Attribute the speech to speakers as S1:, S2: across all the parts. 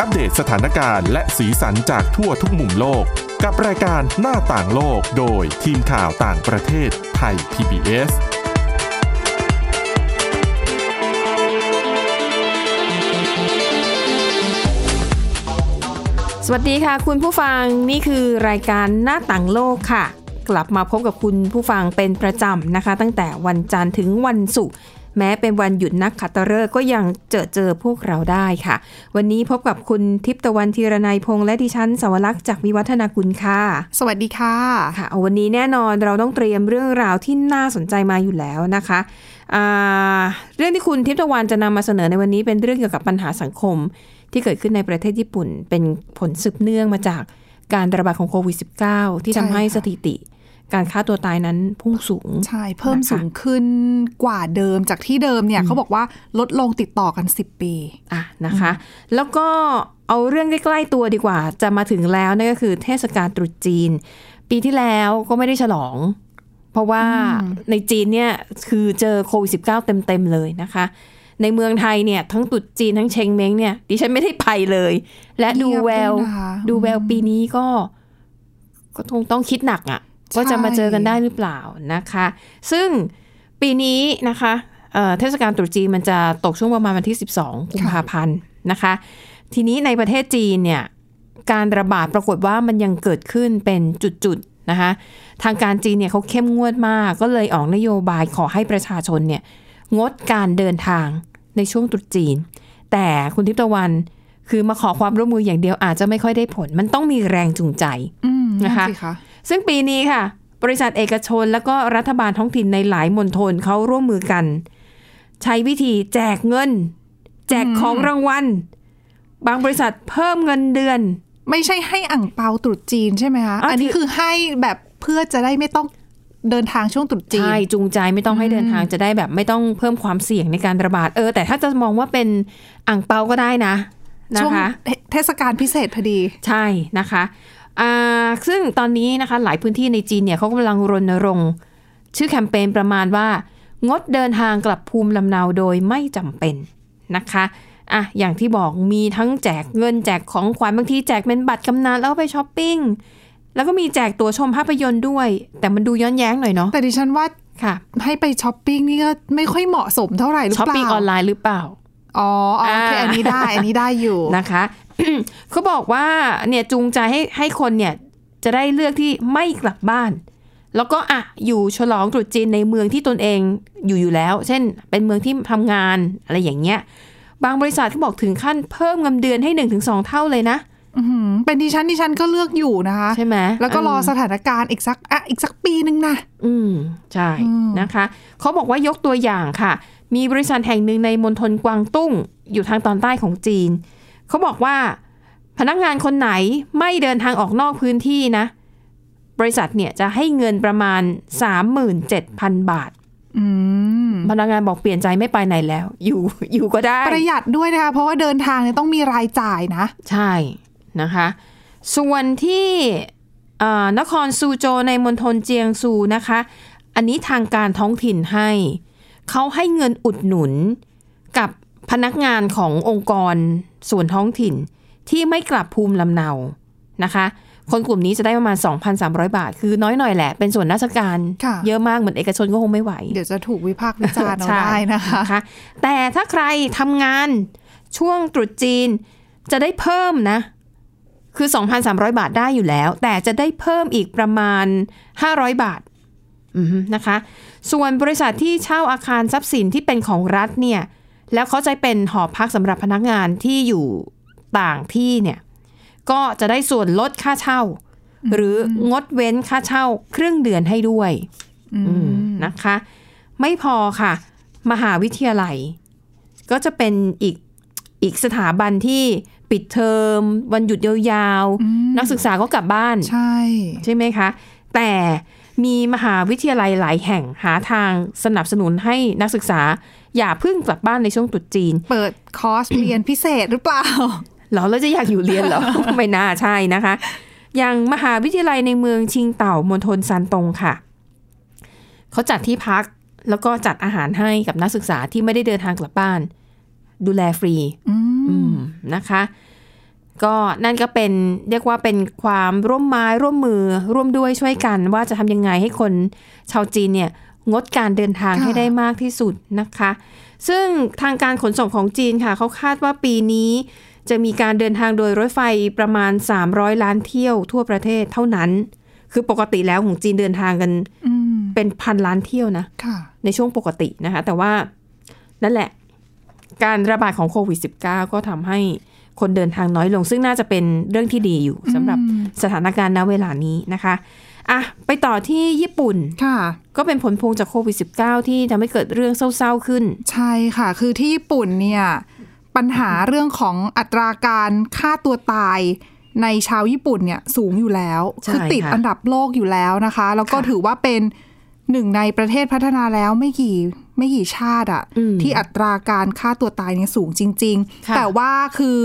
S1: อัปเดตสถานการณ์และสีสันจากทั่วทุกมุมโลก กับรายการหน้าต่างโลกโดยทีมข่าวต่างประเทศไทย PBS
S2: สวัสดีค่ะ คุณผู้ฟังนี่คือรายการหน้าต่างโลกค่ะ กลับมาพบกับคุณผู้ฟังเป็นประจำนะคะ ตั้งแต่วันจันทร์ถึงวันศุกร์แม้เป็นวันหยุดนักขัตฤกษ์ก็ยังเจอเจอพวกเราได้ค่ะ วันนี้พบกับคุณทิพย์ตะวันธีรนัยพงษ์และดิฉันสวรักษ์จากวิวัฒนาคุณค่ะ
S3: สวัสดีค่ะ
S2: ค่ะเอาวันนี้แน่นอนเราต้องเตรียมเรื่องราวที่น่าสนใจมาอยู่แล้วนะคะอ่าเรื่องที่คุณทิพย์ตะวันจะนำมาเสนอในวันนี้เป็นเรื่องเกี่ยวกับปัญหาสังคม ที่เกิดขึ้นในประเทศญี่ปุ่น เป็นผลสืบเนื่องมาจากการระบาดของโควิด -19 ที่ทำให้
S3: ใช่ค่ะ
S2: สถิติ การฆ่าตัวตายนั้นพุ่งสูง
S3: ใช่เพิ่ม
S2: นะคะ
S3: สูงขึ้นกว่าเดิมจากที่เดิมเนี่ยเขาบอกว่าลดลงติดต่อกัน 10 ปี
S2: อ่ะนะคะ แล้วก็เอาเรื่องใกล้ๆตัวดีกว่า จะมาถึงแล้วนั่นก็คือเทศกาลตรุษจีน ปีที่แล้วก็ไม่ได้ฉลอง เพราะว่าในจีนเนี่ยคือเจอโควิด19เต็มๆเลยนะคะ ในเมืองไทยเนี่ยทั้งตรุษจีนทั้งเชงเม้งเนี่ยดิฉันไม่ได้ไปเลย และดูแวว
S3: เงียบด้วยนะคะ
S2: ดูแววปีนี้ก็ ก็คงต้องคิดหนักอะ่ะว่าจะมาเจอกันได้หรือเปล่านะคะ ซึ่งปีนี้นะคะเอ่อเทศกาลตรุษจีนมันจะตกช่วงประมาณวันที่ 12กุมภาพันธ์นะคะ ทีนี้ในประเทศจีนเนี่ยการระบาดปรากฏว่ามันยังเกิดขึ้นเป็นจุดๆนะคะ ทางการจีนเนี่ยเขาเข้มงวดมาก ก็เลยออกนโยบายขอให้ประชาชนเนี่ยงดการเดินทางในช่วงตรุษจีน แต่คุณทิพย์ตะวันคือมาขอความร่วมมืออย่างเดียวอาจจะไม่ค่อยได้ผล มันต้องมีแรงจูงใจ
S3: อืม
S2: นะคะ
S3: สิคะ
S2: ซึ่งปีนี้ค่ะ บริษัทเอกชนแล้วก็รัฐบาลท้องถิ่นในหลายมณฑลเขาร่วมมือกัน ใช้วิธีแจกเงิน แจกของรางวัล บางบริษัทเพิ่มเงินเดือน
S3: ไม่ใช่ให้อ่างเปาตรุษจีนใช่ไหมคะ
S2: อ่ะ
S3: อันนี้คือให้แบบเพื่อจะได้ไม่ต้องเดินทางช่วงตรุษจีน
S2: ใช่จูงใจไม่ต้องให้เดินทางจะได้แบบไม่ต้องเพิ่มความเสี่ยงในการระบาดเออ แต่ถ้าจะมองว่าเป็นอ่างเปาก็ได้นะนะ
S3: ช่วง
S2: คะ
S3: เทศกาลพิเศษพอดี
S2: ใช่นะคะอ่าซึ่งตอนนี้นะคะหลายพื้นที่ในจีนเนี่ยเขากำลังรณรงค์ชื่อแคมเปญประมาณว่า งดเดินทางกลับภูมิลำเนาโดยไม่จำเป็นนะคะอ่ะอย่างที่บอกมีทั้งแจกเงินแจกของขวัญบางทีแจกเป็นบัตรกำนันแล้วเอาไปช้อปปิ้ง แล้วก็มีแจกตั๋วชมภาพยนตร์ด้วย แต่มันดูย้อนแย้งหน่อยเนาะ
S3: แต่ดิฉันว่า
S2: ค่ะ
S3: ให้ไปช้อปปิ้งนี่ก็ไม่ค่อยเหมาะสมเท่าไหร่หรือ
S2: ช้อป
S3: เปล่า
S2: ปิ้งออนไลน์หรือเปล่า
S3: อ๋ออ๋อโอเค
S2: อ่า
S3: อันนี้ได้อันนี้ได้อยู่
S2: นะคะ เขาบอกว่าเนี่ยจูงใจให้ให้คนเนี่ยจะได้เลือกที่ไม่กลับบ้าน แล้วก็อ่ะอยู่ฉลองตรุษจีนในเมืองที่ตนเองอยู่อยู่แล้ว เช่น เป็นเมืองที่ทำงานอะไรอย่างเงี้ย บางบริษัทเขาบอกถึงขั้นเพิ่มเงินเดือนให้ 1-2 เท่าเลยนะ
S3: อื้อหือเป็นดิฉันดิฉันก็เลือกอยู่นะคะ
S2: ใช่ไหม
S3: แล้วก็รอ
S2: ม
S3: สถานการณ์อีกสักอ่ะอีกสักปีหนึ่งนะ
S2: อืม ใช่
S3: อืม
S2: นะคะ เขาบอกว่ายกตัวอย่างค่ะ มีบริษัทแห่งหนึ่งในมณฑลกวางตุ้ง อยู่ทางตอนใต้ของจีน เขาบอกว่าพนักงานคนไหนไม่เดินทางออกนอกพื้นที่นะ บริษัทเนี่ยจะให้เงินประมาณ 37,000 บาท
S3: อืม
S2: พนักงานบอกเปลี่ยนใจไม่ไปไหนแล้ว อยู่อยู่ก็ได้
S3: ประหยัดด้วยนะคะ เพราะว่าเดินทางเนี่ยต้องมีรายจ่ายนะ
S2: ใช่นะคะ ส่วนที่เอ่อนครซูโจวในมณฑลเจียงซูนะคะ อันนี้ทางการท้องถิ่นให้ เขาให้เงินอุดหนุนกับพนักงานขององค์กรส่วนท้องถิ่นที่ไม่กลับภูมิลำเนานะคะ คนกลุ่มนี้จะได้ประมาณ 2,300 บาท คือน้อยหน่อยแหละ เป็นส่วนราชการ
S3: ค่ะ
S2: เยอะมากเหมือนเอกชนก็คงไม่ไหว
S3: เดี๋ยวจะถูกวิพากษ์วิจารณ์เอาได้นะคะ
S2: ใช่แต่ถ้าใครทำงานช่วงตรุษจีนจะได้เพิ่มนะ คือ 2,300 บาทได้อยู่แล้ว แต่จะได้เพิ่มอีกประมาณ 500 บาทอืมนะคะ ส่วนบริษัทที่เช่าอาคารทรัพย์สินที่เป็นของรัฐเนี่ย แล้วเขาจะเป็นหอพักสำหรับพนักงานที่อยู่ต่างที่เนี่ย ก็จะได้ส่วนลดค่าเช่า หรืองดเว้นค่าเช่าครึ่งเดือนให้ด้วย
S3: อืม
S2: อืมนะคะ ไม่พอค่ะ มหาวิทยาลัย ก็จะเป็นอีกอีกสถาบันที่ปิดเทอม วันหยุดยาว
S3: อืม
S2: ๆ นักศึกษาก็กลับบ้าน
S3: ใช่
S2: ใช่ไหมคะ แต่มีมหาวิทยาลัยหลายแห่งหาทางสนับสนุนให้นักศึกษา อย่าเพึ่งกลับบ้านในช่วงตรุษจีน
S3: เปิดคอร์ส เรียนพิเศษหรือเปล่า
S2: เหรอแล้วจะอยากอยู่เรียนเหรอ ไม่น่าใช่นะคะ อย่างมหาวิทยาลัยในเมืองชิงเต่ามณฑลซานตงค่ะ เขาจัดที่พักแล้วก็จัดอาหารให้กับนักศึกษาที่ไม่ได้เดินทางกลับบ้าน ดูแลฟรี
S3: อืม
S2: อืมนะคะ ก็นั่นก็เป็นเรียกว่าเป็นความร่วมไม้ร่วมมือร่วมด้วยช่วยกัน ว่าจะทำยังไงให้คนชาวจีนเนี่ยงดการเดินทาง
S3: ค่ะ
S2: ให้ได้มากที่สุดนะคะ ซึ่งทางการขนส่งของจีนค่ะเขาคาดว่าปีนี้ จะมีการเดินทางโดยรถไฟประมาณ 300 ล้านเที่ยวทั่วประเทศเท่านั้น คือปกติแล้วของจีนเดินทางกัน
S3: อืม
S2: เป็นพันล้านเที่ยวนะ
S3: ค่ะ
S2: ในช่วงปกตินะคะ แต่ว่านั่นแหละ การระบาดของโควิด -19 ก็ทำให้คนเดินทางน้อยลง ซึ่งน่าจะเป็นเรื่องที่ดีอยู่สำหรับ
S3: อืม
S2: สถานการณ์ณเวลานี้นะคะอ่ะไปต่อที่ญี่ปุ่น
S3: ค่ะ
S2: ก็เป็นผลพวงจากโควิด -19 ที่ทำให้เกิดเรื่องเศร้าๆขึ้น
S3: ใช่ค่ะ คือที่ญี่ปุ่นเนี่ยปัญหาเรื่องของอัตราการฆ่าตัวตายในชาวญี่ปุ่นเนี่ยสูงอยู่แล้ว
S2: ใช่
S3: คือติด
S2: ค่ะ
S3: อันดับโลกอยู่แล้วนะคะ แล้วก็
S2: ค่ะ
S3: ถือว่าเป็นหนึ่งในประเทศพัฒนาแล้วไม่กี่ไม่กี่ชาติอะ
S2: อืม
S3: ที่อัตราการฆ่าตัวตายเนี่ยสูงจริง
S2: ค่ะ
S3: ๆ แต่ว่าคือ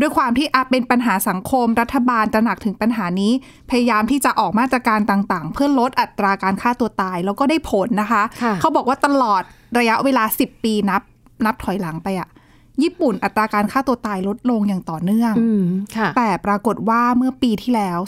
S3: ด้วยความที่อาจเป็นปัญหาสังคมรัฐบาลตระหนักถึงปัญหานี้ พยายามที่จะออกมาตรการต่างๆ เพื่อลดอัตราการฆ่าตัวตายแล้วก็ได้ผลนะคะ
S2: ค่ะ
S3: เขาบอกว่าตลอดระยะเวลา 10 ปีนับ นับถอยหลังไปอะญี่ปุ่นอัตราการฆ่าตัวตายลดลงอย่างต่อเนื่อง
S2: อืมค่ะ
S3: แต่ปรากฏว่าเมื่อปีที่แล้ว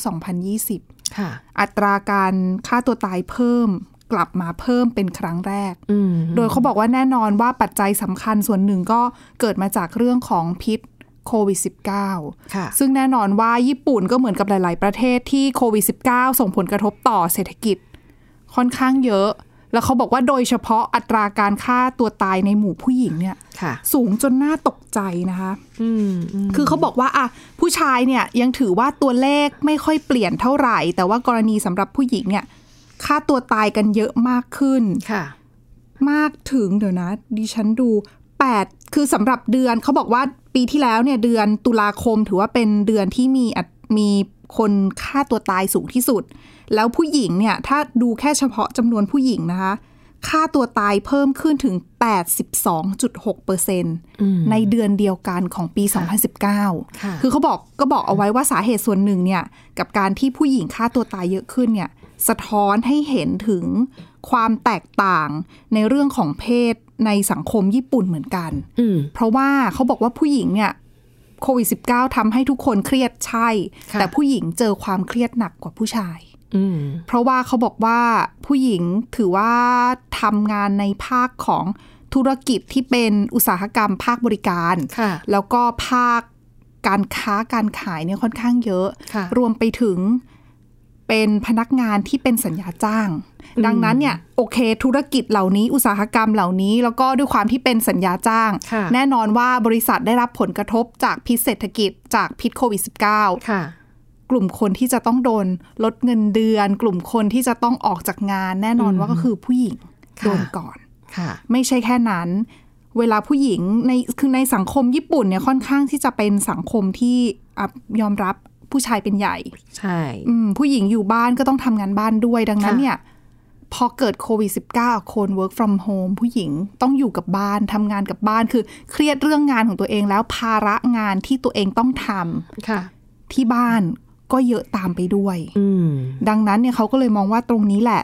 S3: 2020
S2: ค่ะ
S3: อัตราการฆ่าตัวตายเพิ่ม กลับมาเพิ่มเป็นครั้งแรก
S2: อืม
S3: โดยเขาบอกว่าแน่นอนว่าปัจจัยสำคัญส่วนหนึ่งก็เกิดมาจากเรื่องของพิษโควิด -19
S2: ค่ะ
S3: ซึ่งแน่นอนว่าญี่ปุ่นก็เหมือนกับหลาย ๆ ประเทศที่โควิด -19 ส่งผลกระทบต่อเศรษฐกิจค่อนข้างเยอะ แล้วเขาบอกว่าโดยเฉพาะอัตราการฆ่าตัวตายในหมู่ผู้หญิงเนี่ย
S2: ค่ะ
S3: สูงจนน่าตกใจนะคะ
S2: อืมอืม
S3: คือเขาบอกว่าอะผู้ชายเนี่ยยังถือว่าตัวเลขไม่ค่อยเปลี่ยนเท่าไหร่ แต่ว่ากรณีสำหรับผู้หญิงเนี่ยฆ่าตัวตายกันเยอะมากขึ้น
S2: ค่ะ
S3: มากถึงเดี๋ยวนะ ดิฉันดู 8 คือสำหรับเดือนเขาบอกว่าปีที่แล้วเนี่ยเดือนตุลาคมถือว่าเป็นเดือนที่มีอัตมีคนฆ่าตัวตายสูงที่สุด แล้วผู้หญิงเนี่ย ถ้าดูแค่เฉพาะจำนวนผู้หญิงนะคะฆ่าตัวตายเพิ่มขึ้นถึง 82.6%
S2: อืม
S3: ในเดือนเดียวกันของปี 2019
S2: ค่ะ
S3: คือเขาบอกก็บอกเอาไว้ว่าสาเหตุส่วนหนึ่งเนี่ย กับการที่ผู้หญิงฆ่าตัวตายเยอะขึ้นเนี่ย สะท้อนให้เห็นถึงความแตกต่างในเรื่องของเพศในสังคมญี่ปุ่นเหมือนกัน
S2: อืม
S3: เพราะว่าเขาบอกว่าผู้หญิงเนี่ยโควิด -19 ทำให้ทุกคนเครียดใช่
S2: ค่ะ
S3: แต่ผู้หญิงเจอความเครียดหนักกว่าผู้ชาย
S2: อืม
S3: เพราะว่าเขาบอกว่าผู้หญิงถือว่าทำงานในภาคของธุรกิจที่เป็นอุตสาหกรรมภาคบริการ
S2: ค่ะ
S3: แล้วก็ภาคการค้าการขายเนี่ยค่อนข้างเยอะ
S2: ค่ะ
S3: รวมไปถึงเป็นพนักงานที่เป็นสัญญาจ้าง
S2: อืม
S3: ดังนั้นเนี่ยโอเค ธุรกิจเหล่านี้อุตสาหกรรมเหล่านี้ แล้วก็ด้วยความที่เป็นสัญญาจ้าง
S2: ค่ะ
S3: แน่นอนว่าบริษัทได้รับผลกระทบจากพิษเศรษฐกิจจากพิษโควิด -19
S2: ค่ะ
S3: กลุ่มคนที่จะต้องโดนลดเงินเดือน กลุ่มคนที่จะต้องออกจากงาน แน่นอนว่าก็คือผู้หญิง
S2: ค่ะ
S3: โดนก่อน
S2: ค่ะ
S3: ไม่ใช่แค่นั้น เวลาผู้หญิงในคือในสังคมญี่ปุ่นเนี่ยค่อนข้างที่จะเป็นสังคมที่อ่ะยอมรับผู้ชายเป็นใหญ่
S2: ใช่
S3: อืมผู้หญิงอยู่บ้านก็ต้องทำงานบ้านด้วยดังนั้น
S2: ค่ะ
S3: เนี่ย พอเกิดโควิด -19 คน work from home ผู้หญิงต้องอยู่กับบ้านทำงานกับบ้านคือเครียดเรื่องงานของตัวเองแล้วภาระงานที่ตัวเองต้องท
S2: ค่ะ
S3: ำที่บ้านก็เยอะตามไปด้วย
S2: อืม
S3: ดังนั้นเนี่ยเขาก็เลยมองว่าตรงนี้แหละ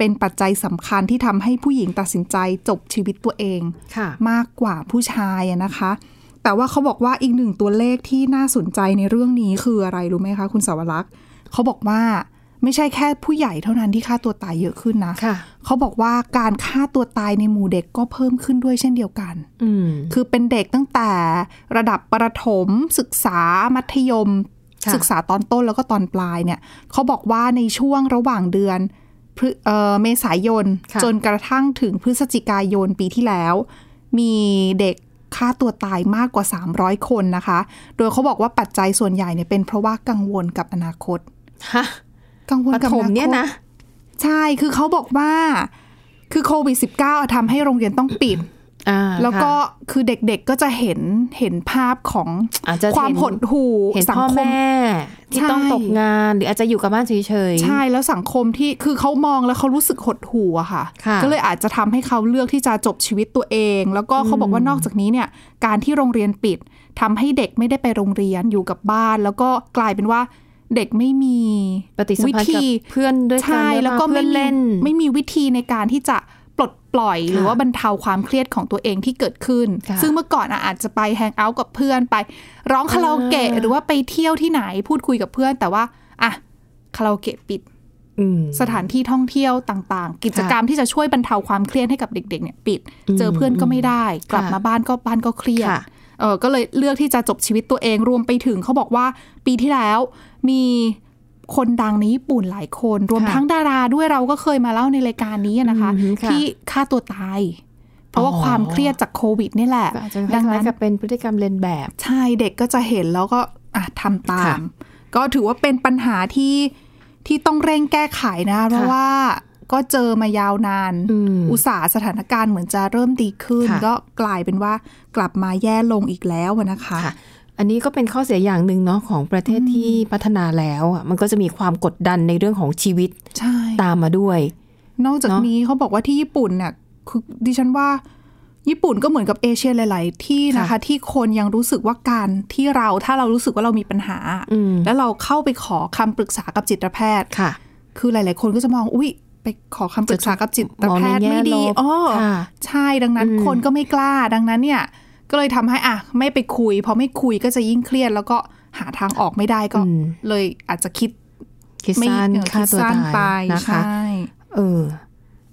S3: เป็นปัจจัยสำคัญที่ทำให้ผู้หญิงตัดสินใจจบชีวิตตัวเอง
S2: ค่ะ
S3: มากกว่าผู้ชายอะนะคะ แต่ว่าเขาบอกว่าอีกหนึ่งตัวเลขที่น่าสนใจในเรื่องนี้คืออะไรรู้ไหมคะ คุณสาวรักษ์เขาบอกว่าไม่ใช่แค่ผู้ใหญ่เท่านั้นที่ฆ่าตัวตายเยอะขึ้นนะ
S2: ค่ะ
S3: เขาบอกว่าการฆ่าตัวตายในหมู่เด็กก็เพิ่มขึ้นด้วยเช่นเดียวกัน
S2: อืม
S3: คือเป็นเด็กตั้งแต่ระดับประถมศึกษามัธยม
S2: ค่ะ
S3: ศึกษาตอนต้นแล้วก็ตอนปลายเนี่ยเขาบอกว่าในช่วงระหว่างเดือนพฤเอ่อเมษายน
S2: ค่ะ
S3: จนกระทั่งถึงพฤศจิกายนปีที่แล้ว มีเด็กฆ่าตัวตายมากกว่า 300 คนนะคะ โดยเขาบอกว่าปัจจัยส่วนใหญ่เนี่ยเป็นเพราะว่ากังวลกับอนาคต
S2: ฮะ
S3: กังวล
S2: ป
S3: กับ
S2: ฐ
S3: อ
S2: ม
S3: นาคต
S2: เนี่ยนะ
S3: ใช่คือเขาบอกว่าคือโควิด -19 ทำให้โรงเรียนต้องปิด
S2: อ่า
S3: แล้วก็
S2: ค่ะ
S3: คือเด็กๆก็จะเห็นเห็นภาพของ
S2: อาจจะ
S3: ความ
S2: เน
S3: หดหู่
S2: เห็น
S3: สัง
S2: พ่อ
S3: คม
S2: แม่ที่
S3: ใช่
S2: ต้องตกงาน หรืออาจจะอยู่กับบ้านเฉย
S3: ใช่แล้วสังคมที่คือเขามองแล้วเขารู้สึกหดหู่อะค่ะ
S2: ค่ะ
S3: ก็เลยอาจจะทำให้เขาเลือกที่จะจบชีวิตตัวเอง แล้วก็เขาบอกว่านอกจากนี้เนี่ยการที่โรงเรียนปิดทำให้เด็กไม่ได้ไปโรงเรียนอยู่กับบ้าน แล้วก็กลายเป็นว่าเด็กไม่มี
S2: ปฏิสัม
S3: วิ
S2: พันธ์กับ
S3: ธี
S2: เพื่อนด้วยกัน
S3: ใช่
S2: ด้วย
S3: แล้วก็
S2: เพื่
S3: ไม่
S2: อน
S3: มี
S2: เล่น
S3: ไม่มีวิธีในการที่จะ ปลดปล่อย
S2: ค่ะ
S3: หรือว่าบรรเทาความเครียดของตัวเองที่เกิดขึ้น
S2: ค่ะ
S3: ซึ่งเมื่อก่อนอะอาจจะไปแฮงเอาท์กับเพื่อนไป ร้องคาราโอเกะ
S2: อ่า
S3: หรือว่าไปเที่ยวที่ไหนพูดคุยกับเพื่อน แต่ว่าอะคาราโอเกะปิด
S2: อืม
S3: สถานที่ท่องเที่ยวต่างๆ กิจกรรมที่จะช่วยบรรเทาความเครียดให้กับเด็กๆเนี่ยปิด
S2: อืม
S3: เจอเพื่อนก็ไม่ได้ กลับ
S2: ค่ะ
S3: มาบ้านก็บ้านก็เครียด
S2: ค่ะ
S3: เออก็เลยเลือกที่จะจบชีวิตตัวเองรวมไปถึงเขาบอกว่า ปีที่แล้วมีคนดังในญี่ปุ่นหลายคน รวมทั้งดาราด้วยเราก็เคยมาเล่าในรายการนี้นะคะ
S2: อืมค่ะ
S3: ที่ฆ่าตัวตาย เพราะว่าความเครียดจากโควิดนี่แหละ
S2: ก็อาจจะคล้ายๆกับเป็นพฤติกรรมเลียนแบบ
S3: ใช่เด็กก็จะเห็นแล้วก็อ่ะทำตาม ก็ถือว่าเป็นปัญหาที่ที่ต้องเร่งแก้ไขนะ เพราะว่าก็เจอมายาวนาน
S2: อืม
S3: อุตสาห์สถานการณ์เหมือนจะเริ่มดีขึ้น
S2: ค่ะ
S3: ก็กลายเป็นว่ากลับมาแย่ลงอีกแล้วอะนะคะ
S2: ค่ะ อันนี้ก็เป็นข้อเสียอย่างหนึ่งเนาะของประเทศที่พัฒนาแล้วอะมันก็จะมีความกดดันในเรื่องของชีวิต
S3: ใช่
S2: ตามมาด้วย
S3: นอกจาก
S2: เนอะ
S3: นี้เขาบอกว่าที่ญี่ปุ่นเนี่ยคือดิฉันว่าญี่ปุ่นก็เหมือนกับเอเชียหลาย ๆ ที่นะคะ
S2: ค่ะ
S3: ที่คนยังรู้สึกว่าการที่เราถ้าเรารู้สึกว่าเรามีปัญหา
S2: อืม
S3: แล้วเราเข้าไปขอคำปรึกษากับจิตแพทย์
S2: ค่ะ
S3: คือหลาย ๆ คนก็จะมอง อุ๊ย ไปขอคำปรึกษากับจิตแพทย์ไม่ดี
S2: มองในแง่ลบ
S3: อ๋อ
S2: ค่ะ
S3: ใช่ ดังนั้น
S2: อืม
S3: คนก็ไม่กล้า ดังนั้นเนี่ย ก็เลยทำให้อ่ะ ไม่ไปคุย พอไม่คุยก็จะยิ่งเครียด แล้วก็หาทางออกไม่ได้ก็
S2: อืม
S3: เลยอาจจะคิด
S2: คิด
S3: ไม่
S2: สั้น
S3: เออ
S2: ฆ่า
S3: คิด
S2: ตัว
S3: สั้นไป
S2: ตายนะคะ
S3: ใช่
S2: เออ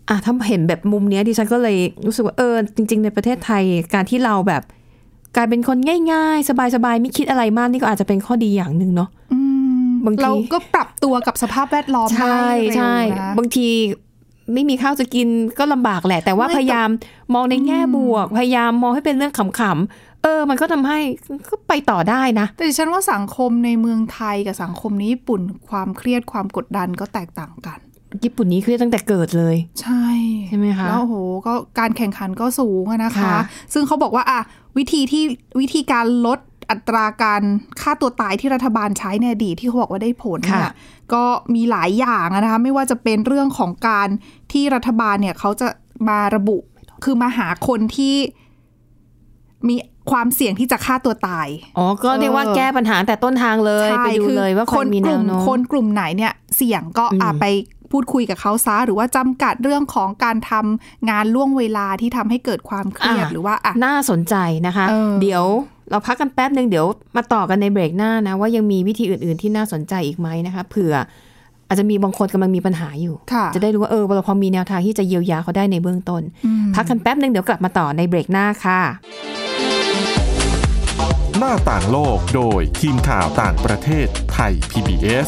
S2: อ่ะถ้าเห็นแบบมุมเนี้ยดิฉันก็เลยรู้สึกว่าเออ จริง ๆ ในประเทศไทยการที่เราแบบกลายเป็นคนง่าย ๆ สบายๆไม่คิดอะไรมากนี่ก็อาจจะเป็นข้อดีอย่างหนึ่งเนาะ
S3: อืม
S2: บางที
S3: เราก็ปรับตัวกับสภาพแวดล้อม
S2: ใช่
S3: ได้เร็ว
S2: ใช่
S3: นะ
S2: บางทีไม่มีข้าวจะกินก็ลำบากแหละ แต่ว่า
S3: ไม่
S2: พยายามมองในแง่บวก พยายามมองให้เป็นเรื่องขำๆเออ มันก็ทำให้ก็ไปต่อได้นะ
S3: แต่ดิฉันว่าสังคมในเมืองไทยกับสังคมในญี่ปุ่น ความเครียดความกดดันก็แตกต่างกัน
S2: ญี่ปุ่นนี้คือตั้งแต่เกิดเลย
S3: ใช่
S2: ใช่ไหมคะ
S3: แล้วโอ้โหก็การแข่งขันก็สูงอะนะคะ
S2: ค่ะ
S3: ซึ่งเขาบอกว่าอ่ะวิธีที่วิธีการลดอัตราการฆ่าตัวตายที่รัฐบาลใช้ในอดีตที่เขาบอกว่าได้ผลเนี่ย
S2: ค่ะ
S3: ก็มีหลายอย่างอะนะคะไม่ว่าจะเป็นเรื่องของการที่รัฐบาลเนี่ยเขาจะมาระบุคือมาหาคนที่มีความเสี่ยงที่จะฆ่าตัวตาย
S2: อ๋อก็เรียกว่า
S3: เออ
S2: แก้ปัญหาแต่ต้นทางเลยไปดูเลยว่าคนมี
S3: ก
S2: แน
S3: ลุ่
S2: ว
S3: ม
S2: โน้ม
S3: คนกลุ่มไหนเนี่ยเสี่ยงก็อ่ะไปพูดคุยกับเขาซะหรือว่าจำกัดเรื่องของการทำงานล่วงเวลาที่ทำให้เกิดความเครียด
S2: อ่ะ
S3: หรือว่าอ่ะ
S2: น่าสนใจนะคะ
S3: เออ
S2: เดี๋ยวเราพักกันแป๊บหนึ่งเดี๋ยวมาต่อกันในเบรกหน้านะ ว่ายังมีวิธีอื่น ๆที่น่าสนใจอีกไหมนะคะเผื่อ อาจจะมีบางคนกำลังมีปัญหาอยู่
S3: ค่ะ
S2: จะได้รู้ว่าเออเราพอมีแนวทางที่จะเยียวยาเขาได้ในเบื้องต้น พักกันแป๊บหนึ่งเดี๋ยวกลับมาต่อในเบรกหน้าค่ะ
S1: หน้าต่างโลกโดยทีมข่าวต่างประเทศไทย PBS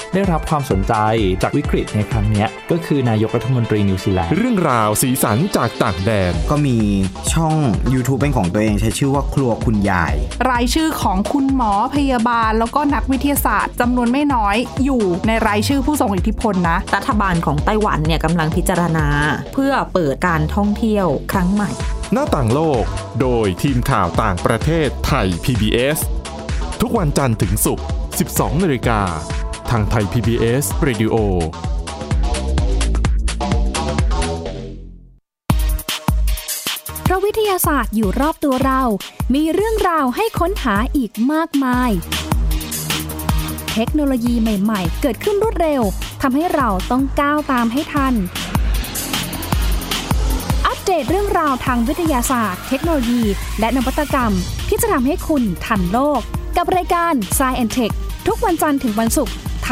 S4: ได้รับความสนใจจากวิกฤตในครั้งเนี้ยก็คือนายกรัฐมนตรีนิวซีแลนด์
S1: เรื่องราวสีสันจากต่างแดน
S5: ก็มีช่อง YouTube เป็นของตัวเองใช้ชื่อว่าครัวคุณยาย
S3: รายชื่อของคุณหมอพยาบาล แล้วก็นักวิทยาศาสตร์จำนวนไม่น้อยอยู่ในรายชื่อผู้ทรงอิทธิพลนะ
S6: รัฐบาลของไต้หวันเนี่ยกำลังพิจารณา เพื่อเปิดการท่องเที่ยวครั้งใหม่
S1: หน้าต่างโลก โดยทีมข่าวต่างประเทศไทย PBS ทุกวันจันทร์ถึงศุกร์ 12นาฬิกา ทางไทย PBS Radio
S7: เพราะวิทยาศาสตร์อยู่รอบตัวเรา มีเรื่องราวให้ค้นหาอีกมากมาย เทคโนโลยีใหม่ ๆ เกิดขึ้นรวดเร็ว ทำให้เราต้องก้าวตามให้ทัน อัปเดตเรื่องราวทางวิทยาศาสตร์ เทคโนโลยี และนวัตกรรม ที่จะทำให้คุณทันโลก กับรายการ s c i e n t e c h ทุกวันจันทร์ถึงวันศุกร์ท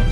S8: ใ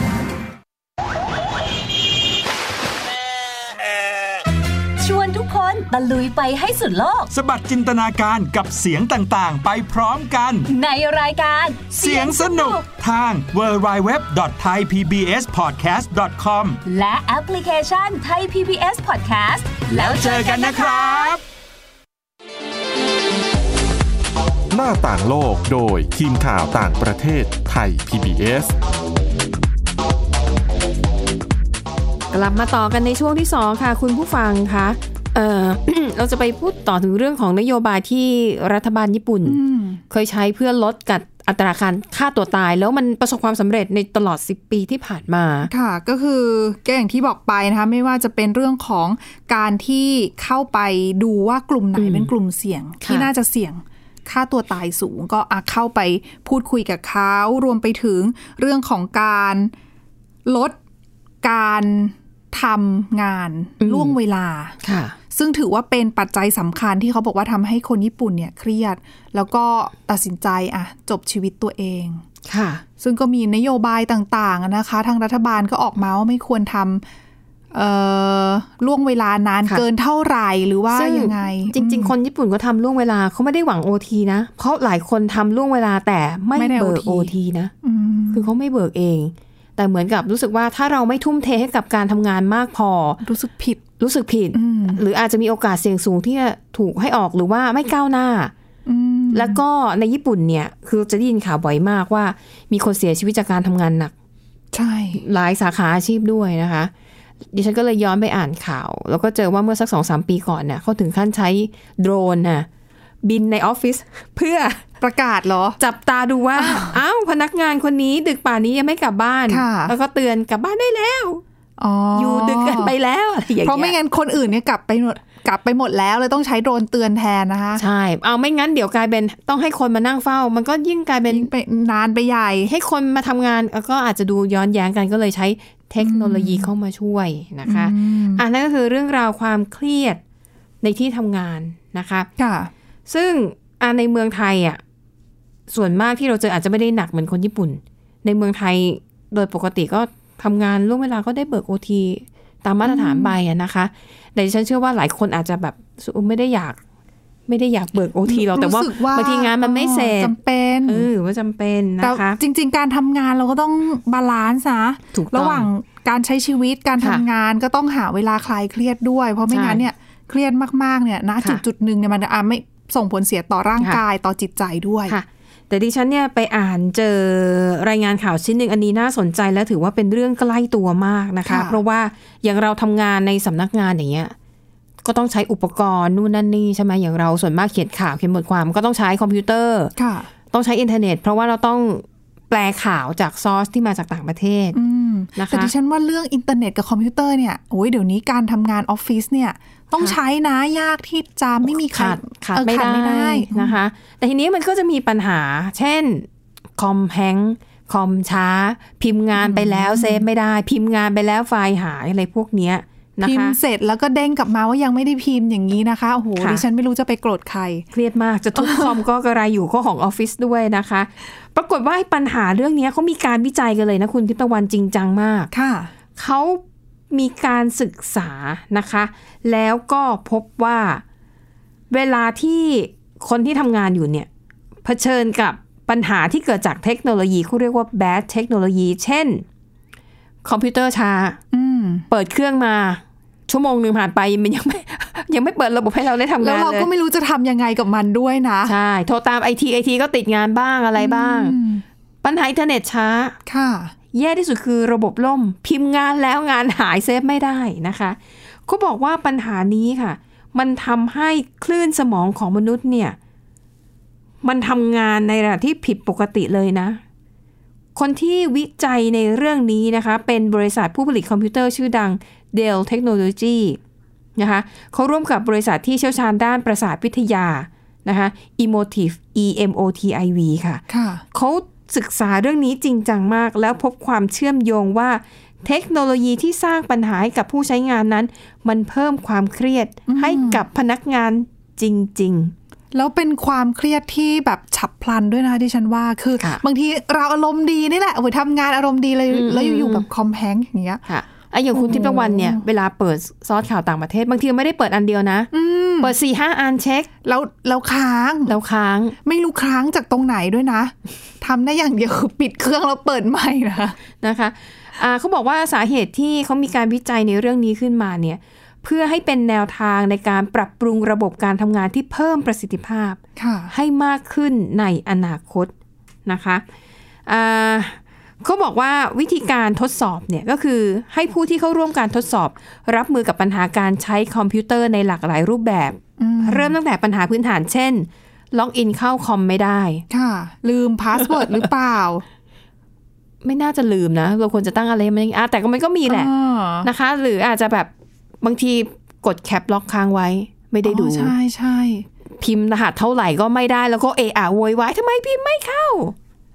S9: ชวนทุกคนตะลุยไปให้สุดโลก
S10: สะบัดจินตนาการกับเสียงต่างๆ ไปพร้อมกัน
S9: ในรายการ
S10: เสียงสนุกทาง w w w t h a i p b s p o d c a s t c o m
S9: และแอปพลิเคชันไทย PBS Podcast
S10: แล้วเจอกันนะครับ
S1: หน้าต่างโลกโดยทีมข่าวต่างประเทศไทย PBS
S2: กลับมาต่อกันในช่วงที่ 2 ค่ะ คุณผู้ฟังคะเอ่ อ เราจะไปพูดต่อถึงเรื่องของนโยบายที่รัฐบาลญี่ปุ่น
S3: อืม
S2: เคยใช้เพื่อลดกับอัตราการฆ่าตัวตาย แล้วมันประสบความสำเร็จในตลอด 10 ปีที่ผ่านมา
S3: ค่ะก็คือก็อย่างที่บอกไปนะคะไม่ว่าจะเป็นเรื่องของการที่เข้าไปดูว่ากลุ่มไหน
S2: อืม
S3: เป็นกลุ่มเสี่ยง ที่
S2: ค่ะ
S3: น่าจะเสี่ยงค่าตัวตายสูง ก็อ่ะเข้าไปพูดคุยกับเขารวมไปถึงเรื่องของการลดการทำงาน
S2: อืม
S3: ล่วงเวลา
S2: ค่ะ
S3: ซึ่งถือว่าเป็นปัจจัยสำคัญที่เขาบอกว่าทำให้คนญี่ปุ่นเนี่ยเครียด แล้วก็ตัดสินใจอ่ะจบชีวิตตัวเอง
S2: ค่ะ
S3: ซึ่งก็มีนโยบายต่างๆอะนะคะ ทางรัฐบาลก็ออกมาว่าไม่ควรทำเอ่อล่วงเวลานาน
S2: ค่ะ
S3: เกินเท่าไหร่หรือว่า
S2: ซึ่
S3: ยังไง
S2: จริง
S3: อืม
S2: ๆ คนญี่ปุ่นก็ทำล่วงเวลาเขาไม่ได้หวังโอทีนะ เพราะหลายคนทำล่วงเวลาแต่ไม่
S3: ไม่ได้
S2: เบิก
S3: OT
S2: โอทีนะ
S3: อืม
S2: คือเขาไม่เบิกเอง แต่เหมือนกับรู้สึกว่าถ้าเราไม่ทุ่มเทให้กับการทำงานมากพอ
S3: รู้สึกผิด
S2: รู้สึกผิด
S3: อืม
S2: หรืออาจจะมีโอกาสเสี่ยงสูงที่จะถูกให้ออกหรือว่าไม่ก้าวหน้า
S3: อืม
S2: แล้วก็ในญี่ปุ่นเนี่ย คือจะได้ยินข่าวบ่อยมากว่า มีคนเสียชีวิตจากการทำงานหนัก
S3: ใช่
S2: หลายสาขาอาชีพด้วยนะคะ ดิฉันก็เลยย้อนไปอ่านข่าว แล้วก็เจอว่าเมื่อสักสองสามปีก่อนเนี่ยเขาถึงขั้นใช้โดรนน่ะบินในออฟฟิศ เพื่อ
S3: ประกาศเหรอ
S2: จับตาดูว่า อ้าวพนักงานคนนี้ดึกป่านนี้ยังไม่กลับบ้าน
S3: ค่ะ
S2: แล้วก็เตือนกลับบ้านได้แล้ว
S3: อ๋อ
S2: อ
S3: อยู่
S2: ดึกกันไปแล้วอะไรอย่างเงี้ย
S3: เพราะไม่งั้นคนอื่นเนี่ยกลับไปหมดกลับไปหมดแล้วเลยต้องใช้โดรนเตือนแทนนะคะ
S2: ใช่ เอาไม่งั้นเดี๋ยวกลายเป็นต้องให้คนมานั่งเฝ้า มันก็ยิ่งกลายเป็น
S3: ยิ่งไปนานไปใหญ่
S2: ให้คนมาทำงานแล้วก็อาจจะดูย้อนแย้งกันก็เลยใช้เทคโนโลยีเข้ามาช่วยนะคะ
S3: อืม
S2: อันนั้นก็คือเรื่องราวความเครียดในที่ทำงานนะคะ
S3: ค่ะ
S2: ซึ่งอ่ะในเมืองไทยอ่ะส่วนมากที่เราเจออาจจะไม่ได้หนักเหมือนคนญี่ปุ่น ในเมืองไทยโดยปกติก็ทำงานล่วงเวลาก็ได้เบิกโอทีตามมาตรฐานใบอะนะคะแต่ดิฉันเชื่อว่าหลายคนอาจจะแบบไม่ได้อยาก ไม่ได้อยากเบิกโอทีหรอกแต่ว่า
S3: สึก
S2: บางทีงานมันไม่เสร็จ
S3: จำเป็น
S2: เออว่าจำเป็น
S3: แต่
S2: นะคะ
S3: จริง ๆ การทำงานเราก็ต้องบาลานซ์นะ
S2: ถูกต้อง
S3: ระหว่างการใช้ชีวิตการทำ
S2: ค่ะ
S3: งานก็ต้องหาเวลาคลายเครียดด้วย เพราะไม่
S2: ใช่
S3: งั้นเนี่ยเครียดมากๆเนี่ยนะ
S2: ค่ะ
S3: จุดจุดๆหนึ่งเนี่ยมันอ่ะไม่ส่งผลเสียต่อร่าง
S2: ค่ะ
S3: กายต่อจิตใจด้วย
S2: ค่ะ แต่ดิฉันเนี่ยไปอ่านเจอรายงานข่าวชิ้นหนึ่งอันนี้น่าสนใจและถือว่าเป็นเรื่องใกล้ตัวมากนะคะ
S3: ค่ะ
S2: เพราะว่าอย่างเราทำงานในสำนักงานอย่างเงี้ยก็ต้องใช้อุปกรณ์นู่นนั่นนี่ใช่ไหมอย่างเราส่วนมากเขียนข่าวเขียนบทความก็ต้องใช้คอมพิวเตอร์
S3: ค่ะ
S2: ต้องใช้อินเทอร์เน็ต เพราะว่าเราต้องแปลข่าวจากซอสที่มาจากต่างประเทศ
S3: อืม
S2: นะคะ
S3: แต่ดิฉันว่าเรื่องอินเทอร์เน็ตกับคอมพิวเตอร์เนี่ยโอ้ยเดี๋ยวนี้การทำงานออฟฟิศเนี่ยต้อง
S2: ค่ะ
S3: ใช้นะยากที่จะไม่มีใคร
S2: ขาดขาด
S3: เออ
S2: ไม่ได้นะคะ แต่ทีนี้มันก็จะมีปัญหา เช่นคอมแฮงก์คอมช้า พิมพ์งานไปแล้วเซฟไม่ได้ พิมพ์งานไปแล้วไฟล์หายอะไรพวกเนี้ยนะ
S3: พิม
S2: คะ
S3: พ์เสร็จแล้วก็เด้งกลับมาว่ายังไม่ได้พิมพ์อย่างนี้นะคะโอ้โห
S2: ค่ะ
S3: ดิฉันไม่รู้จะไปโกรธใคร
S2: เครียดมากจะทุบคอมก็กระไรอยู่ก็ของออฟฟิศด้วยนะคะ ปรากฏว่าไอ้ปัญหาเรื่องเนี้ยเขามีการวิจัยกันเลยนะคุณทิพย์ตะวันจริงจังมาก
S3: ค่ะ
S2: เขามีการศึกษานะคะ แล้วก็พบว่าเวลาที่คนที่ทำงานอยู่เนี่ยเผชิญกับปัญหาที่เกิดจากเทคโนโลยีเขาเรียกว่า bad เทคโนโลยี เช่น คอมพิวเตอร์ช้า
S3: อืม
S2: เปิดเครื่องมา ชั่วโมงหนึ่งผ่านไปมันยังไม่ ยังไม่เปิดระบบให้เราได้ทำ
S3: แล้ว
S2: งาน
S3: เรา
S2: เลย
S3: ก็ไม่รู้จะทำยังไงกับมันด้วยนะ
S2: ใช่ โทรตามไอทีไอทีก็ติดงานบ้างอะไรบ้าง
S3: อืม
S2: ปัญหาอินเทอร์เน็ตช้า
S3: ค่ะ
S2: แย่ที่สุดคือระบบล่ม พิมพ์งานแล้วงานหายเซฟไม่ได้นะคะเขาบอกว่าปัญหานี้ค่ะ มันทำให้คลื่นสมองของมนุษย์เนี่ย มันทำงานในระดับที่ผิดปกติเลยนะ คนที่วิจัยในเรื่องนี้นะคะ เป็นบริษัทผู้ผลิตคอมพิวเตอร์ชื่อดัง Dell Technology นะคะเขาร่วมกับบริษัทที่เชี่ยวชาญด้านประสาทวิทยานะคะ Emotive E M O T I V ค่ะ
S3: ค่ะ
S2: เขาศึกษาเรื่องนี้จริงจังมาก แล้วพบความเชื่อมโยงว่า เทคโนโลยีที่สร้างปัญหาให้กับผู้ใช้งานนั้น มันเพิ่มความเครียดให้กับพนักงานจริง ๆ
S3: แล้วเป็นความเครียดที่แบบฉับพลันด้วยนะที่ฉันว่าคือ
S2: ค่ะ
S3: บางทีเราอารมณ์ดีนี่แหละโอ้ยทำงานอารมณ์ดีเลย
S2: อืม
S3: แล้วอยู่ๆแบบคอมแพงอย่างเงี้ย
S2: ค่ะไอะอย่างคุณ
S3: โอ้โห
S2: ทิพย์ตะวันเนี่ย เวลาเปิดซอสข่าวต่างประเทศ บางทีไม่ได้เปิดอันเดียวนะ
S3: อืม
S2: เปิดสี่ห้าอันเช็ค
S3: แล้วแล้วค้าง
S2: แล้วค้าง
S3: ไม่รู้ค้างจากตรงไหนด้วยนะทำได้อย่างเดียว คือปิดเครื่องแล้วเปิดใหม่นะ
S2: นะคะอ่าเขาบอกว่าสาเหตุที่เขามีการวิจัยในเรื่องนี้ขึ้นมาเนี่ย เพื่อให้เป็นแนวทางในการปรับปรุงระบบการทำงานที่เพิ่มประสิทธิภาพ
S3: ค่ะ
S2: ให้มากขึ้นในอนาคตนะคะอ่าเขาบอกว่าวิธีการทดสอบเนี่ยก็คือให้ผู้ที่เข้าร่วมการทดสอบ รับมือกับปัญหาการใช้คอมพิวเตอร์ในหลากหลายรูปแบบ
S3: อืม
S2: เริ่มตั้งแต่ปัญหาพื้นฐานเช่น ล็อกอินเข้าคอมไม่ได้
S3: ค่ะ ลืมพาสเวิร์ดหรือเปล่า
S2: ไม่น่าจะลืมนะ เราควรจะตั้งอะไรมันอ่ะแต่ก็มันก็มีแหละ
S3: อ๋อ
S2: นะคะหรืออาจจะแบบบางทีกดแคปล็อกค้างไว้ ไม่ได้ดู
S3: อ๋อใช่ใช่
S2: พิมพ์รหัสเท่าไหร่ก็ไม่ได้แล้วก็เอะอะโวยวายทำไมพิมพ์ไม่เข้า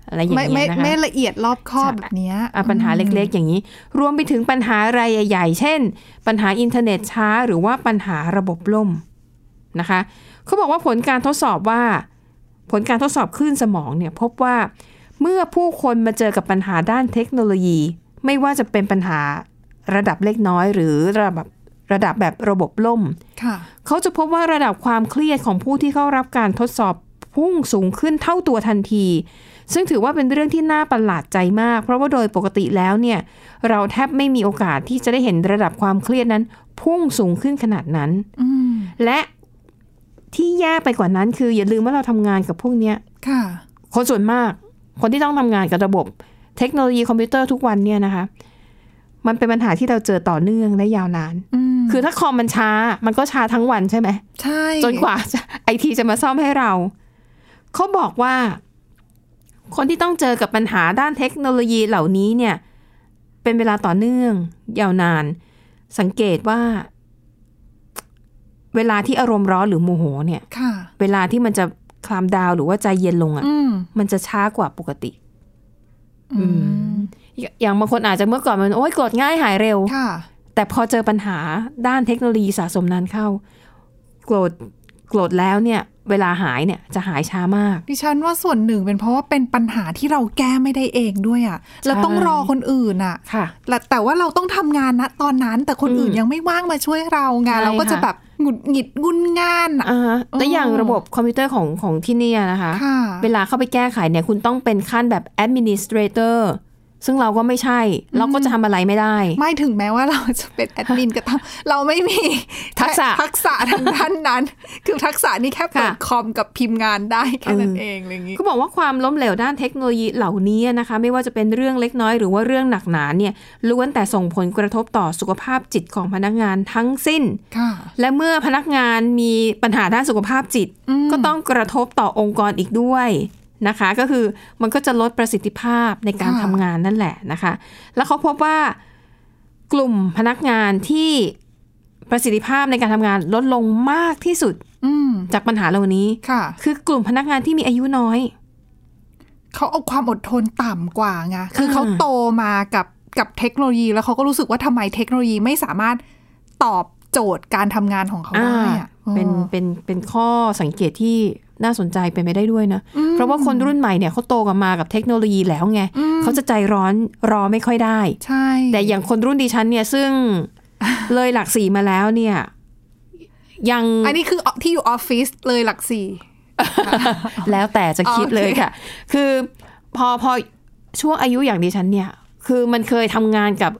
S2: อะไรอย่าง
S3: ไม่
S2: เงี้
S3: ไม่
S2: ยนะ
S3: ไม่
S2: คะ
S3: ละเอียดรอบคอบแบบเนี้ย
S2: อ่ะปัญหาเล็กๆ อย่างนี้ รวมไปถึงปัญหารายใหญ่ๆ เช่น ปัญหาอินเทอร์เน็ตช้าหรือว่าปัญหาระบบล่มนะคะเขาบอกว่าผลการทดสอบว่า ผลการทดสอบคลื่นสมองเนี่ยพบว่าเมื่อผู้คนมาเจอกับปัญหาด้านเทคโนโลยี ไม่ว่าจะเป็นปัญหาระดับเล็กน้อยหรือระดับระดับแบบระบบล่ม
S3: ค่ะ
S2: เขาจะพบว่าระดับความเครียดของผู้ที่เข้ารับการทดสอบพุ่งสูงขึ้นเท่าตัวทันที ซึ่งถือว่าเป็นเรื่องที่น่าประหลาดใจมาก เพราะว่าโดยปกติแล้วเนี่ยเราแทบไม่มีโอกาสที่จะได้เห็นระดับความเครียดนั้น พุ่งสูงขึ้นขนาดนั้น
S3: อืม
S2: และที่แย่ไปกว่านั้นคืออย่าลืมว่าเราทำงานกับพวกเนี้ย
S3: ค่ะ
S2: คนส่วนมากคนที่ต้องทำงานกับระบบเทคโนโลยีคอมพิวเตอร์ทุกวันเนี่ยนะคะ มันเป็นปัญหาที่เราเจอต่อเนื่องและยาวนาน
S3: อืม
S2: คือถ้าคอมมันช้ามันก็ช้าทั้งวันใช่ไหม
S3: ใช่
S2: จนกว่าไอทีจะมาซ่อมให้เรา เขาบอกว่า คนที่ต้องเจอกับปัญหาด้านเทคโนโลยีเหล่านี้เนี่ย เป็นเวลาต่อเนื่อง ยาวนาน สังเกตว่า เวลาที่อารมณ์ร้อนหรือโมโหเนี่ย
S3: ค่ะ
S2: เวลาที่มันจะคลามดาวน์หรือว่าใจเย็นลงอะ่ะ
S3: อืม
S2: มันจะช้ากว่าปกติ
S3: อืม
S2: อย่าอย่างบางคนอาจจะเมื่อก่อนมันโอ๊ยโกรธง่ายหายเร็ว
S3: ค่ะ
S2: แต่พอเจอปัญหาด้านเทคโนโลยีสะสมนานเข้า โกรธโกรธแล้วเนี่ย เวลาหายเนี่ยจะหายช้ามาก
S3: ดิฉันว่าส่วนหนึ่งเป็นเพราะว่าเป็นปัญหาที่เราแก้ไม่ได้เองด้วยอะ่ะเราต้องรอคนอื่นอะ่ะ
S2: ค่ะ
S3: แต่แต่ว่าเราต้องทำงานนะตอนนั้น แต่คนอื่น
S2: อืม
S3: ยังไม่ว่างมาช่วยเรางาน
S2: ใช่
S3: เราก็จะ
S2: ค่ะ
S3: แบบหงุดหงิดงุนง่านอะ
S2: อ่าฮะแล้ว
S3: อืม
S2: อย่างระบบคอมพิวเตอร์ของของที่เนี่ยนะคะ
S3: ค่ะ
S2: เวลาเข้าไปแก้ไขเนี่ยคุณต้องเป็นขั้นแบบ administrator ซึ่งเราก็ไม่ใช่ เราก็จะทำอะไรไม่ได้
S3: ไม่ถึงแม้ว่าเราจะเป็นแอดมินก็ตามเราไม่มี
S2: ทักษะ
S3: ทักษะทางด้านนั้น คือทักษะนี่แค่เปิด
S2: ค่ะ
S3: คอมกับพิมพ์งานได้แค่นั้น
S2: เออ
S3: เองอะไรอย่างงี้
S2: ก็บอกว่าความล้มเหลวด้านเทคโนโลยีเหล่านี้นะคะ ไม่ว่าจะเป็นเรื่องเล็กน้อยหรือว่าเรื่องหนักหนาเนี่ยล้วนแต่ส่งผลกระทบต่อสุขภาพจิตของพนักงานทั้งสิ้น
S3: ค่ะ
S2: และเมื่อพนักงานมีปัญหาด้านสุขภาพจิต
S3: อืม
S2: ก็ต้องกระทบต่อองค์กรอีกด้วยนะคะ ก็คือมันก็จะลดประสิทธิภาพในการทำงานนั่นแหละนะคะ แล้วเขาพบว่ากลุ่มพนักงานที่ประสิทธิภาพในการทำงานลดลงมากที่สุด
S3: อืม
S2: จากปัญหาเหล่านี้
S3: ค่ะ
S2: คือกลุ่มพนักงานที่มีอายุน้อย
S3: เขาเอาความอดทนต่ำกว่าไง คือเขาโตมากับกับเทคโนโลยีแล้วเขาก็รู้สึกว่าทำไมเทคโนโลยีไม่สามารถตอบโจทย์การทำงานของเขา
S2: อ่า
S3: ได้อะ
S2: เป็นเป็นเป็นข้อสังเกตที่น่าสนใจเป็นไปได้ด้วยนะ เพราะว่าคนรุ่นใหม่เนี่ยเขาโตกันมากับเทคโนโลยีแล้วไงเขาจะใจร้อนรอไม่ค่อยได้
S3: ใช่
S2: แต่อย่างคนรุ่นดิฉันเนี่ย ซึ่ง เลยหลักสี่มาแล้วเนี่ย ยัง
S3: อันนี้คือที่อยู่ออฟฟิศเลยหลักสี่
S2: แล้วแต่จะคิด
S3: โอเค
S2: เลยค่ะ คือพอพอช่วงอายุอย่างดิฉันเนี่ย คือมันเคยทำงานกับ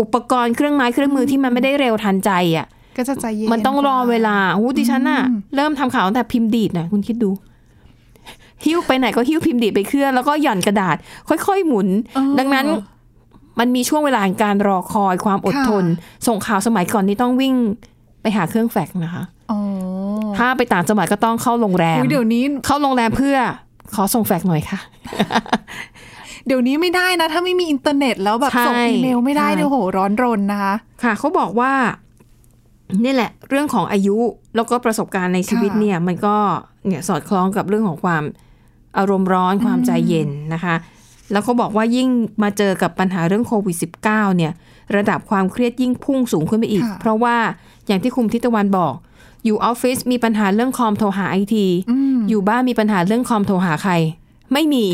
S2: อุปกรณ์เครื่องไม้เครื่องมือที่มันไม่ได้เร็วทันใจอ่ะ
S3: ก็จะใจเย็น
S2: มันต้องรอเวลาหูดิฉันน่ะ เริ่มทำข่าวตั้งแต่พิมพ์ดีดนะคุณคิดดู หิ้วไปไหนก็หิ้วพิมพ์ดีดไปเครื่องแล้วก็หย่อนกระดาษ ค่อยๆหมุน ดังนั้นมันมีช่วงเวลาแห่งการรอคอยความอดทน ส่งข่าวสมัยก่อนนี่ต้องวิ่งไปหาเครื่องแฟกซ์นะคะ
S3: อ๋อ
S2: ถ้าไปต่างจังหวัดก็ต้องเข้าโรงแรม
S3: อุ๊ยเดี๋ยวนี้
S2: เข้าโรงแรมเพื่อขอส่งแฟกซ์หน่อยค่ะ
S3: เดี๋ยวนี้ไม่ได้นะ ถ้าไม่มีอินเทอร์เน็ตแล้วแบบ
S2: ใช่
S3: ส่งอีเมลไม่ได้
S2: ใช่
S3: เนี่ยโหร้อนรนนะคะ
S2: ค่ะเขาบอกว่านี่แหละ เรื่องของอายุแล้วก็ประสบการณ์ในชีวิต
S3: ค่ะ
S2: เนี่ย มันก็เนี่ยสอดคล้องกับเรื่องของความอารมณ์ร้อนความใจเย็นนะคะ แล้วเขาบอกว่ายิ่งมาเจอกับปัญหาเรื่องโควิด -19 เนี่ย ระดับความเครียดยิ่งพุ่งสูงขึ้นไปอีก
S3: ค่ะ
S2: เพราะว่าอย่างที่คุณทิตวันบอก อยู่ออฟฟิศมีปัญหาเรื่องคอมโทรหาไอทีอยู่บ้านมีปัญหาเรื่องคอมโทรหาใคร ไม่ มี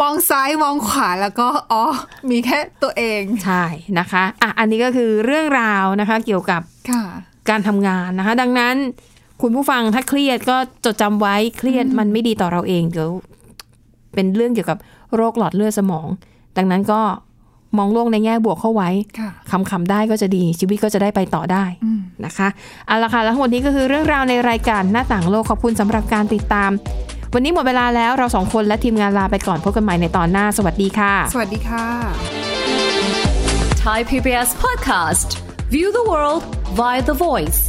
S3: มองซ้ายมองขวาแล้วก็อ๋อมีแค่ตัวเอง
S2: ใช่นะคะอ่ะอันนี้ก็คือเรื่องราวนะคะเกี่ยวกับ
S3: ค่ะ
S2: การทำงานนะคะ ดังนั้นคุณผู้ฟังถ้าเครียดก็จดจำไว้เครียดมันไม่ดีต่อเราเองเดี๋ยวเป็นเรื่องเกี่ยวกับโรคหลอดเลือดสมอง ดังนั้นก็มองโลกในแง่บวกเข้าไว้
S3: ค่ะ
S2: คำคำๆได้ก็จะดีชีวิตก็จะได้ไปต่อได้นะคะเอาละค่ะแล้วทั้งหมดนี้ก็คือเรื่องราวในรายการหน้าต่างโลกขอบคุณสำหรับการติดตาม วันนี้หมดเวลาแล้วเราสองคนและทีมงานลาไปก่อนพบกันใหม่ในตอนหน้าสวัสดีค่ะ
S3: สวัสดีค่ะ
S9: Thai PBS podcast. View the world via the voice.